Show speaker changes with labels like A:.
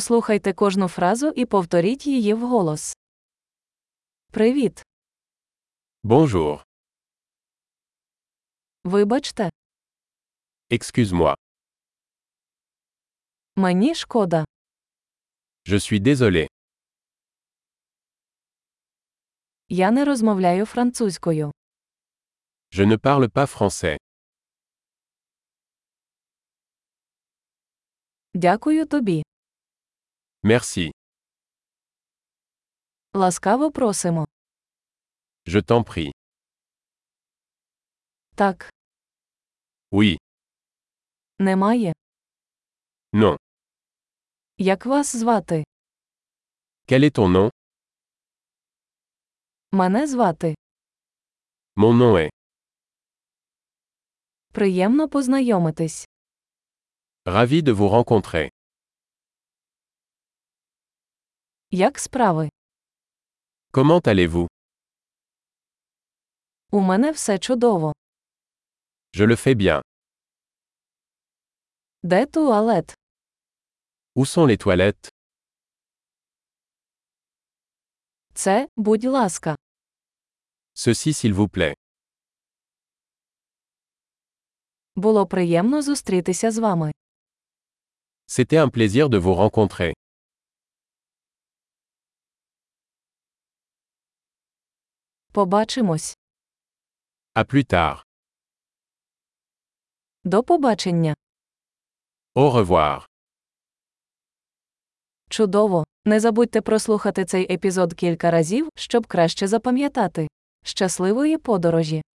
A: Послухайте кожну фразу і повторіть її вголос. Привіт.
B: Bonjour.
A: Вибачте,
B: Excuse-moi.
A: мені шкода.
B: Je suis désolé.
A: Я не розмовляю французькою.
B: Je ne parle pas français.
A: Дякую тобі.
B: Merci.
A: Ласкаво просимо.
B: Je t'en prie.
A: Так,
B: Oui.
A: немає.
B: Non.
A: Як вас звати?
B: Quel est ton nom
A: Мене звати.
B: Mon nom est.
A: Приємно познайомитись.
B: Ravi de vous rencontrer.
A: Як справи?
B: Comment allez-vous
A: У мене все чудово.
B: Je le fais bien.
A: Де туалет?
B: Où sont les toilettes
A: Це, будь ласка.
B: Ceci s'il vous plaît.
A: Було приємно зустрітися з вами.
B: C'était un plaisir de vous rencontrer.
A: Побачимось.
B: À plus tard.
A: До побачення.
B: Au revoir.
A: Чудово! Не забудьте прослухати цей епізод кілька разів, щоб краще запам'ятати. Щасливої подорожі!